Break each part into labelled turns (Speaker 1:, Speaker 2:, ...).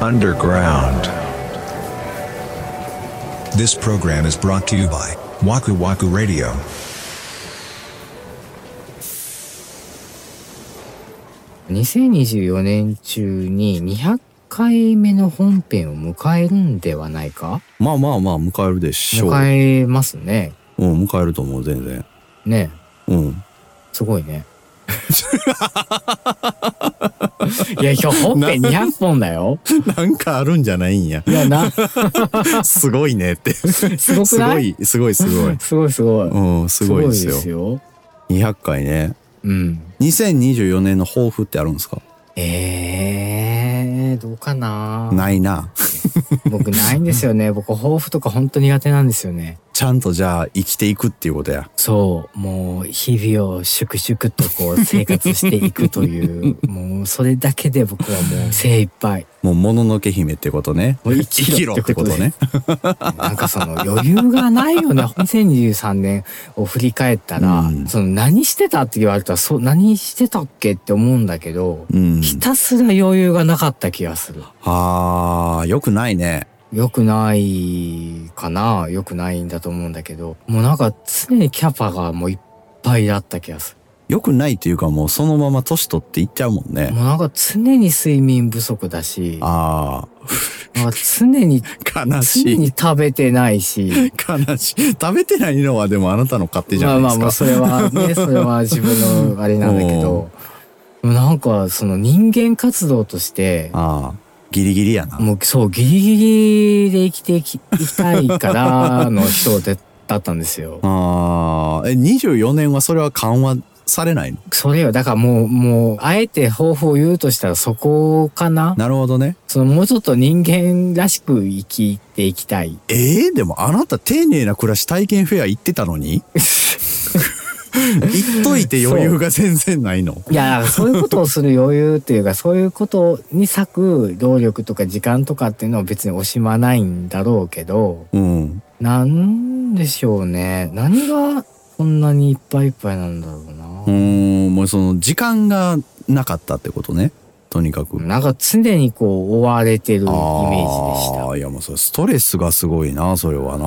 Speaker 1: underground.
Speaker 2: This program is brought to you by Waku Waku Radio.
Speaker 3: 2024年中に200回目の本編を迎えるんではないか
Speaker 4: まあまあまあ、迎えるでしょう。
Speaker 3: 迎えますね。
Speaker 4: うん、迎えると思う、全然。
Speaker 3: ね
Speaker 4: うん。
Speaker 3: すごいね。いや、今日本編200本だよ。
Speaker 4: なんかあるんじゃないん や。
Speaker 3: いや、な、
Speaker 4: すごいねって。す
Speaker 3: すごくな
Speaker 4: ご
Speaker 3: い
Speaker 4: い、すごい、すごい。
Speaker 3: すごいすごい。
Speaker 4: うん、すごいですよ。
Speaker 3: よ。
Speaker 4: 200回ね。
Speaker 3: うん。
Speaker 4: 2024年の抱負ってあるんですか
Speaker 3: えー、どうかな
Speaker 4: ないな。
Speaker 3: 僕ないんですよね。僕、抱負とか本当苦手なんですよね。
Speaker 4: ちゃんとじゃあ生きていくっていうことや。
Speaker 3: そう、もう日々を粛々とこう生活していくという、もうそれだけで僕はもう精一 杯。
Speaker 4: もう、もののけ姫ってことね。
Speaker 3: もう生
Speaker 4: 生きろってことね。。
Speaker 3: なんかその余裕がない よね。2023年を振り返ったら、
Speaker 4: うん
Speaker 3: その何してたって言われたら、そう、何してたっけって思うんだけど、
Speaker 4: うん。
Speaker 3: ひたすら余裕がなかった気がする。
Speaker 4: あー、よくないね。
Speaker 3: 良くないかな良くないんだと思うんだけど、もうなんか常にキャパがもういっぱいだった気がす
Speaker 4: よくないっていうかもうそのまま年取っていっちゃうもん
Speaker 3: る。
Speaker 4: ね。
Speaker 3: もうなんか常に睡眠不足だし、
Speaker 4: あ
Speaker 3: なんか常に、
Speaker 4: ー、悲し
Speaker 3: 常
Speaker 4: い。
Speaker 3: に食べてないし、
Speaker 4: 悲しい。食べてないのはでもあなたの勝手じゃ
Speaker 3: ま
Speaker 4: な
Speaker 3: あ
Speaker 4: いで
Speaker 3: ますあ
Speaker 4: か。
Speaker 3: まあ、それは ね、それは自分のあれなんだけど、もうなんかその人間活動として、
Speaker 4: ああ、ギリギリやな。
Speaker 3: もうそう、ギリギリで生きていきいきたいからの人だったんですよ。
Speaker 4: ああ、え、24年はそれは緩和されないの
Speaker 3: それよ。だからもう、もう、あえて抱負を言うとしたらそこかな
Speaker 4: なるほどね。
Speaker 3: そのもうちょっと人間らしく生きていきたい。
Speaker 4: ええでもあなた丁寧な暮らし体験フェア行ってたの に行っといて余裕が全然ないの
Speaker 3: いや、だからそういうことをする余裕っていうか、そういうことに割く労力とか時間とかっていうのは別に惜しまないんだろうけど、
Speaker 4: うん。
Speaker 3: なんでしょうね。何がこんなにいっぱいいっぱいなんだろ
Speaker 4: うー
Speaker 3: うな。
Speaker 4: ん、もうその時間がなかったってことね。とにかく。
Speaker 3: なんか常にこう追われてるイメージでした
Speaker 4: あ。ーいやもうそれストレスがすごいな、それは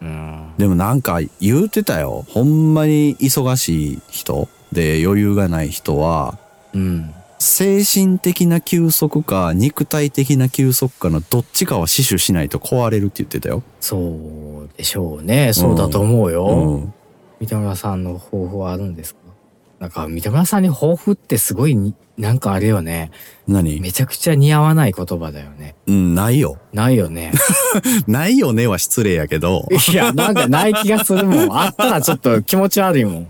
Speaker 4: な。
Speaker 3: うん
Speaker 4: でもなんか言うてたよ。ほんまに忙しい人で余裕がない人は、
Speaker 3: うん。
Speaker 4: 精神的な休息か肉体的な休息かのどっちかは死守しないと壊れるって言ってたよ。
Speaker 3: そうでしょうね。そうだと思うよ。
Speaker 4: うん。
Speaker 3: 三田村さんの抱負はあるんですかなんか三田村さんに抱負ってすごいになんかあれよね。
Speaker 4: 何
Speaker 3: めちゃくちゃ似合わない言葉だよね。
Speaker 4: うん、ないよ。
Speaker 3: ないよ ね。
Speaker 4: ないよねは失礼やけど、
Speaker 3: いや、なんかない気がするもん。あったらちょっと気持ち悪いもん。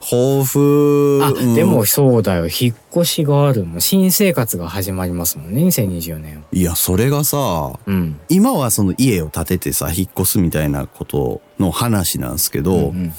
Speaker 4: 抱負、
Speaker 3: あ、
Speaker 4: うん
Speaker 3: でも。そうだよ。引っ越しがあるもん。新生活が始まりますもんね。2024年。
Speaker 4: いや、それがさ、
Speaker 3: うん。
Speaker 4: 今はその家を建ててさ、引っ越すみたいなことの話なんですけど、
Speaker 3: う
Speaker 4: も
Speaker 3: ん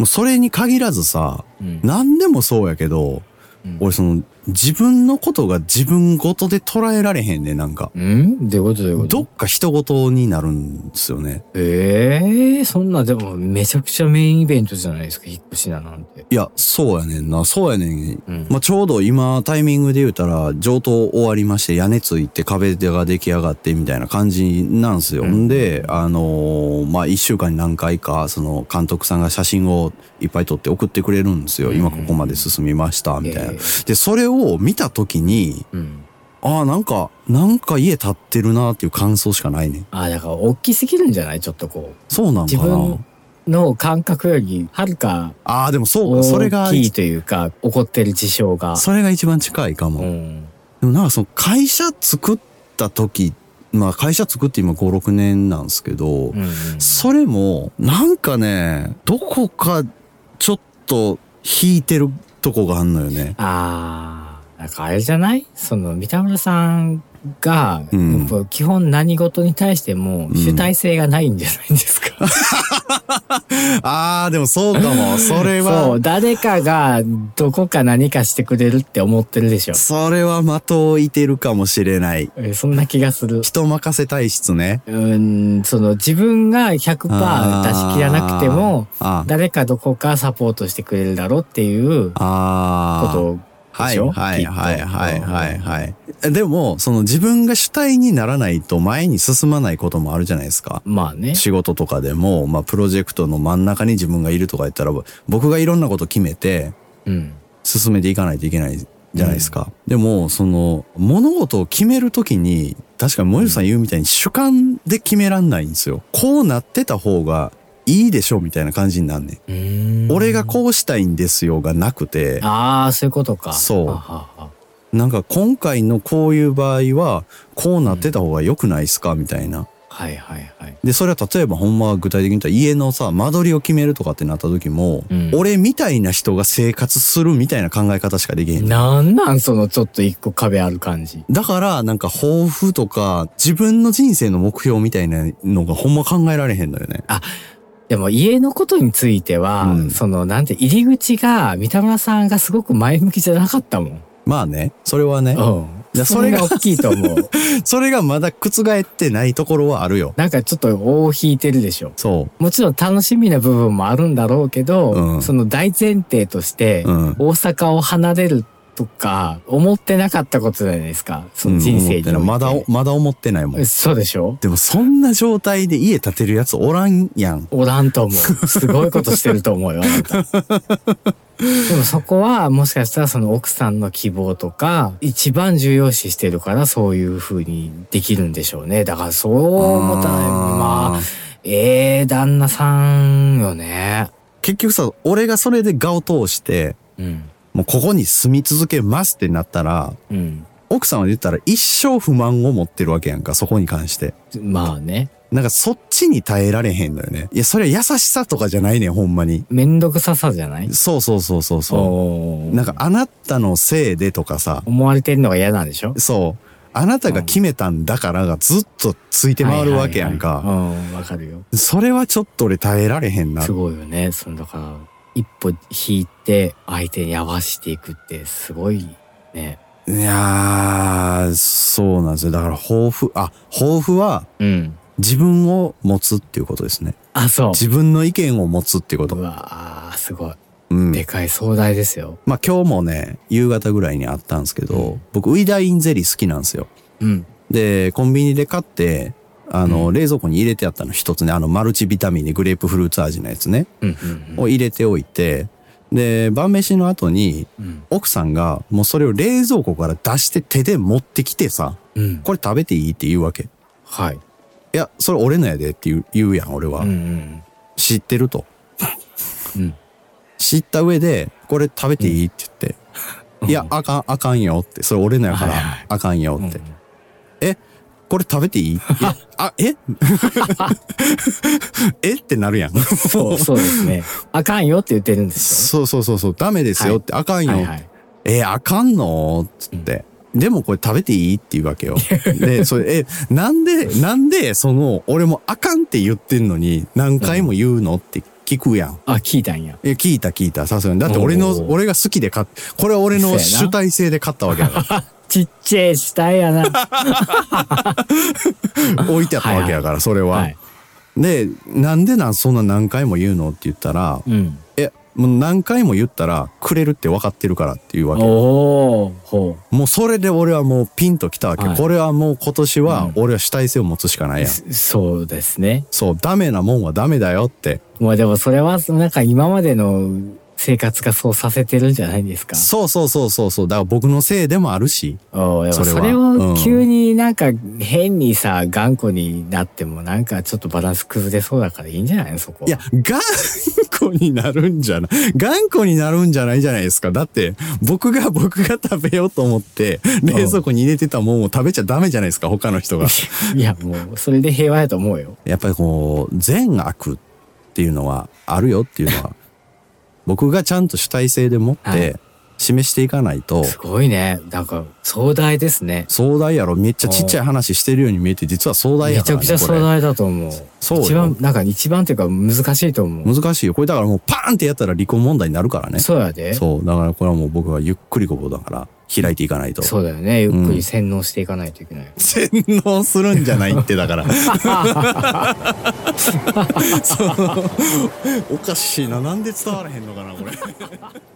Speaker 4: うそれに限らずさ、
Speaker 3: うん
Speaker 4: 何でもそうやけど、
Speaker 3: うん
Speaker 4: 俺その自分のことが自分ごとで捉えられへんねんなんか。
Speaker 3: うんどういうことどういうこと
Speaker 4: どっか人事になるんですよね。
Speaker 3: ええそんなでもめちゃくちゃメインイベントじゃないですか。引っ越しだなんて。
Speaker 4: いや、そうやねんな、そうやねん。
Speaker 3: うん
Speaker 4: まあ、ちょうど今、タイミングで言うたら、上等終わりまして、屋根ついて壁が出来上がって、みたいな感じなんすよ。
Speaker 3: うん
Speaker 4: ん、で、あのーまあ、一週間に何回か、その、監督さんが写真をいっぱい撮って送ってくれるんですよ。
Speaker 3: うん
Speaker 4: 今ここまで進みました、みたいな。
Speaker 3: ええ
Speaker 4: で、それを見たときに、
Speaker 3: うん。
Speaker 4: ああ、なんか、なんか家建ってるなっていう感想しかないねん。
Speaker 3: あ、だから大きすぎるんじゃないちょっとこう。
Speaker 4: そうなんか
Speaker 3: 自
Speaker 4: な。
Speaker 3: 分の感覚よりはるか
Speaker 4: ああ、でもそうか、それ
Speaker 3: 大
Speaker 4: が、
Speaker 3: きいというか、起こってる事象が。
Speaker 4: それが一番近いかも。
Speaker 3: うん。
Speaker 4: でもなんかその会社作った時、まあ会社作って今5、6年なんですけど、
Speaker 3: うんうん
Speaker 4: それもなんかね、どこかちょっと引いてるとこがあんの よね。
Speaker 3: あー、なんかあれじゃないその、三田村さんが、
Speaker 4: うん
Speaker 3: やっぱ基本何事に対しても
Speaker 4: ん
Speaker 3: 主体性がないんじゃないんですか。
Speaker 4: ああ、でもそう かも。それ
Speaker 3: そ
Speaker 4: は
Speaker 3: う、、誰かがどこか何かしてくれるって思ってるでしょ。
Speaker 4: それは的を置いてるかもしれない。
Speaker 3: えそんな気がする。
Speaker 4: 人任せ体質ね。
Speaker 3: うん、その自分が100%
Speaker 4: あー
Speaker 3: 出し切らなくても、
Speaker 4: あー
Speaker 3: 誰かどこかサポートしてくれるだろうっていうこ
Speaker 4: あー。
Speaker 3: とで
Speaker 4: はい
Speaker 3: しょ
Speaker 4: はいはいはいはい
Speaker 3: きっと
Speaker 4: はい。でも、その自分が主体にならないと前に進まないこともあるじゃないですか。
Speaker 3: まあね。
Speaker 4: 仕事とかでも、まあプロジェクトの真ん中に自分がいるとか言ったら、僕がいろんなこと決めて
Speaker 3: うん。
Speaker 4: 進めていかないといけないじゃないですか。でも、その物事を決めるときに、確かに森内さん言うみたいに主観で決めらんないんですよ。こうなってた方がいいでしょうみたいな感じになんねん。俺がこうしたいんですよがなくて、
Speaker 3: ああ、そういうことか。
Speaker 4: そう
Speaker 3: ははは
Speaker 4: なんか今回のこういう場合は、こうなってた方が良くないですかみたいな。
Speaker 3: はいはいはい。
Speaker 4: で、それは例えばほんまは具体的に言ったら家のさ、間取りを決めるとかってなった時も、
Speaker 3: うん
Speaker 4: 俺みたいな人が生活するみたいな考え方しかできへん。
Speaker 3: なんなんそのちょっと一個壁ある感じ。
Speaker 4: だから、なんか抱負とか、自分の人生の目標みたいなのがほんま考えられへんのよね。
Speaker 3: でも家のことについては、
Speaker 4: うん
Speaker 3: そのなんて入り口が三田村さんがすごく前向きじゃなかったもん。
Speaker 4: まあね、それはね、
Speaker 3: う
Speaker 4: や
Speaker 3: ん。
Speaker 4: そ
Speaker 3: そ
Speaker 4: れ
Speaker 3: れ
Speaker 4: が
Speaker 3: が大きいと思う。
Speaker 4: それがまだ覆ってないところはある よ。
Speaker 3: なんかちょっと尾を引いてるでしょ。
Speaker 4: そ
Speaker 3: もちろん楽しみな部分もあるんだろうけど、
Speaker 4: うん
Speaker 3: その大前提として、
Speaker 4: うん
Speaker 3: 大阪を離れるとか、思ってなかったことじゃないですか。
Speaker 4: う。
Speaker 3: その人生において、
Speaker 4: うん思ってないまだ、まだ思ってないもん。
Speaker 3: そうでしょ
Speaker 4: でもそんな状態で家建てるやつおらんやん。
Speaker 3: おらんと思う。すごいことしてると思うよ、あな た。でもそこはもしかしたらその奥さんの希望とか一番重要視してるからそういう風にできるんでしょうね。だからそう思ったら
Speaker 4: あー
Speaker 3: まあ、ええ旦那さんよね。
Speaker 4: 結局さ、俺がそれで我を通して、
Speaker 3: うん。
Speaker 4: もうここに住み続けますってなったら、
Speaker 3: うん。
Speaker 4: 奥さんは言ったら一生不満を持ってるわけやんか、そこに関して。
Speaker 3: まあね。
Speaker 4: なんかそっちに耐えられへんのよね。いや、それは優しさとかじゃないねん、ほんまに。
Speaker 3: めんどくささじゃない
Speaker 4: そうそうそうそうそ
Speaker 3: お
Speaker 4: う。
Speaker 3: ー
Speaker 4: なんかあなたのせいでとかさ、
Speaker 3: 思われてるのが嫌なんでしょ
Speaker 4: そう。あなたが決めたんだからがずっとついて回るわけやん
Speaker 3: はいは
Speaker 4: か。
Speaker 3: いはいうん、わかるよ。
Speaker 4: それはちょっと俺耐えられへんな
Speaker 3: す。ごいよね。そのだから、一歩引いて相手に合わしていくってすごいね。
Speaker 4: いやー、そうなんですよ。だから抱負、あ、抱負は
Speaker 3: うん。
Speaker 4: 自分を持つっていうことですね。
Speaker 3: あ、そう。
Speaker 4: 自分の意見を持つっていうこ
Speaker 3: う
Speaker 4: と。
Speaker 3: わー、すごい。
Speaker 4: うん。
Speaker 3: でかい壮大ですよ。
Speaker 4: まあ今日もね、夕方ぐらいにあったんですけ
Speaker 3: う
Speaker 4: ど、僕、ウイダインゼリー好きなんですよ。
Speaker 3: うん。
Speaker 4: で、コンビニで買って、あの、冷蔵庫に入れてあったの一つね、あの、マルチビタミンでグレープフルーツ味のやつね、
Speaker 3: うんうん
Speaker 4: を入れておいて、で、晩飯の後に、
Speaker 3: うん。
Speaker 4: 奥さんがもうそれを冷蔵庫から出して手で持ってきてさ、
Speaker 3: うん。
Speaker 4: これ食べていいって言うわけ。い
Speaker 3: はい。
Speaker 4: や、それ俺のやでって言う言うやん、俺は。
Speaker 3: うんうん。
Speaker 4: 知ってると。
Speaker 3: うん。
Speaker 4: 知った上で、これ食べていいって言って、いや、あかん、あかんよって、それ俺のやから
Speaker 3: はいはい、
Speaker 4: あかんよ
Speaker 3: うん
Speaker 4: って。えこれ食べていいい やあ、え えってなるやん。
Speaker 3: そう、そうです ね。あかんよって言ってるんです
Speaker 4: そうそうそうそう、ダメですよって、あかん
Speaker 3: よ。
Speaker 4: よ。
Speaker 3: はいはい。
Speaker 4: えあかんのっつって。でもこれ食べていいっていうわけよ。で、それ、え、なんで、なんで、その、俺もあかんって言ってんのに、何回も言うのって聞くやん。
Speaker 3: あ、聞いたんや。
Speaker 4: いや、聞いた聞いた、さすがに。だって俺の
Speaker 3: お、ー
Speaker 4: 俺が好きで買っ、これは俺
Speaker 3: そう
Speaker 4: の
Speaker 3: やな
Speaker 4: 主体性で買ったわけだか
Speaker 3: ちっちゃい死体やな。
Speaker 4: ら。 置いてあったわけだから、それは。
Speaker 3: はい。
Speaker 4: で、なんでなん、そんな何回も言うのって言ったら、
Speaker 3: うん。
Speaker 4: え、もう何回も言ったら、くれるって分かってるからっていうわけ。
Speaker 3: おー、ほ
Speaker 4: もうそれで俺はもうピンときたわけ。
Speaker 3: はい。
Speaker 4: これはもう今年は俺は主体性を持つしかないうやん。
Speaker 3: すそうですね。
Speaker 4: そう、ダメなもんはダメだよって。
Speaker 3: まあでもそれは、なんか今までの生活がそうさせてるんじゃないですか。
Speaker 4: そうそうそうそうそう。だから僕のせいでもあるし。
Speaker 3: おうやっぱ
Speaker 4: それは
Speaker 3: それ
Speaker 4: う
Speaker 3: を
Speaker 4: ん
Speaker 3: 急になんか変にさ、頑固になってもなんかちょっとバランス崩れそうだからいいんじゃないのそこ。
Speaker 4: いや、、頑固になるんじゃない、頑固になるんじゃないじゃないですか。だって、僕が僕が食べようと思って、冷蔵庫に入れてたもんを食べちゃダメじゃないですか、他の人が。
Speaker 3: いやもうそれで平和やと思うよ。
Speaker 4: やっぱりこう、善悪っていうのはあるよっていうの は、僕がちゃんと主体性で持っ
Speaker 3: は
Speaker 4: て
Speaker 3: い
Speaker 4: 示していかないと、
Speaker 3: すごいね。なんか壮大ですね。
Speaker 4: 壮大やろ、めっちゃちっちゃい話してるように見えて、実は壮大
Speaker 3: め
Speaker 4: や
Speaker 3: ち
Speaker 4: から、
Speaker 3: ゃく
Speaker 4: ね。
Speaker 3: ちゃ壮
Speaker 4: こ
Speaker 3: 大だと思う。
Speaker 4: そうよ
Speaker 3: 一番、なんか一番っていうか難しいと思う。
Speaker 4: れ難しいよ。これだからもうパーンってやったら離婚問題になるからね。
Speaker 3: そうやで。そ
Speaker 4: そう。だからこれはもう僕はゆっくりごぼうだから、開いていかないと
Speaker 3: う。だよね。ゆっくり洗脳していかないといけない。
Speaker 4: 洗脳するんじゃないってだからそのおかしいななんで伝わらへんのかなこれ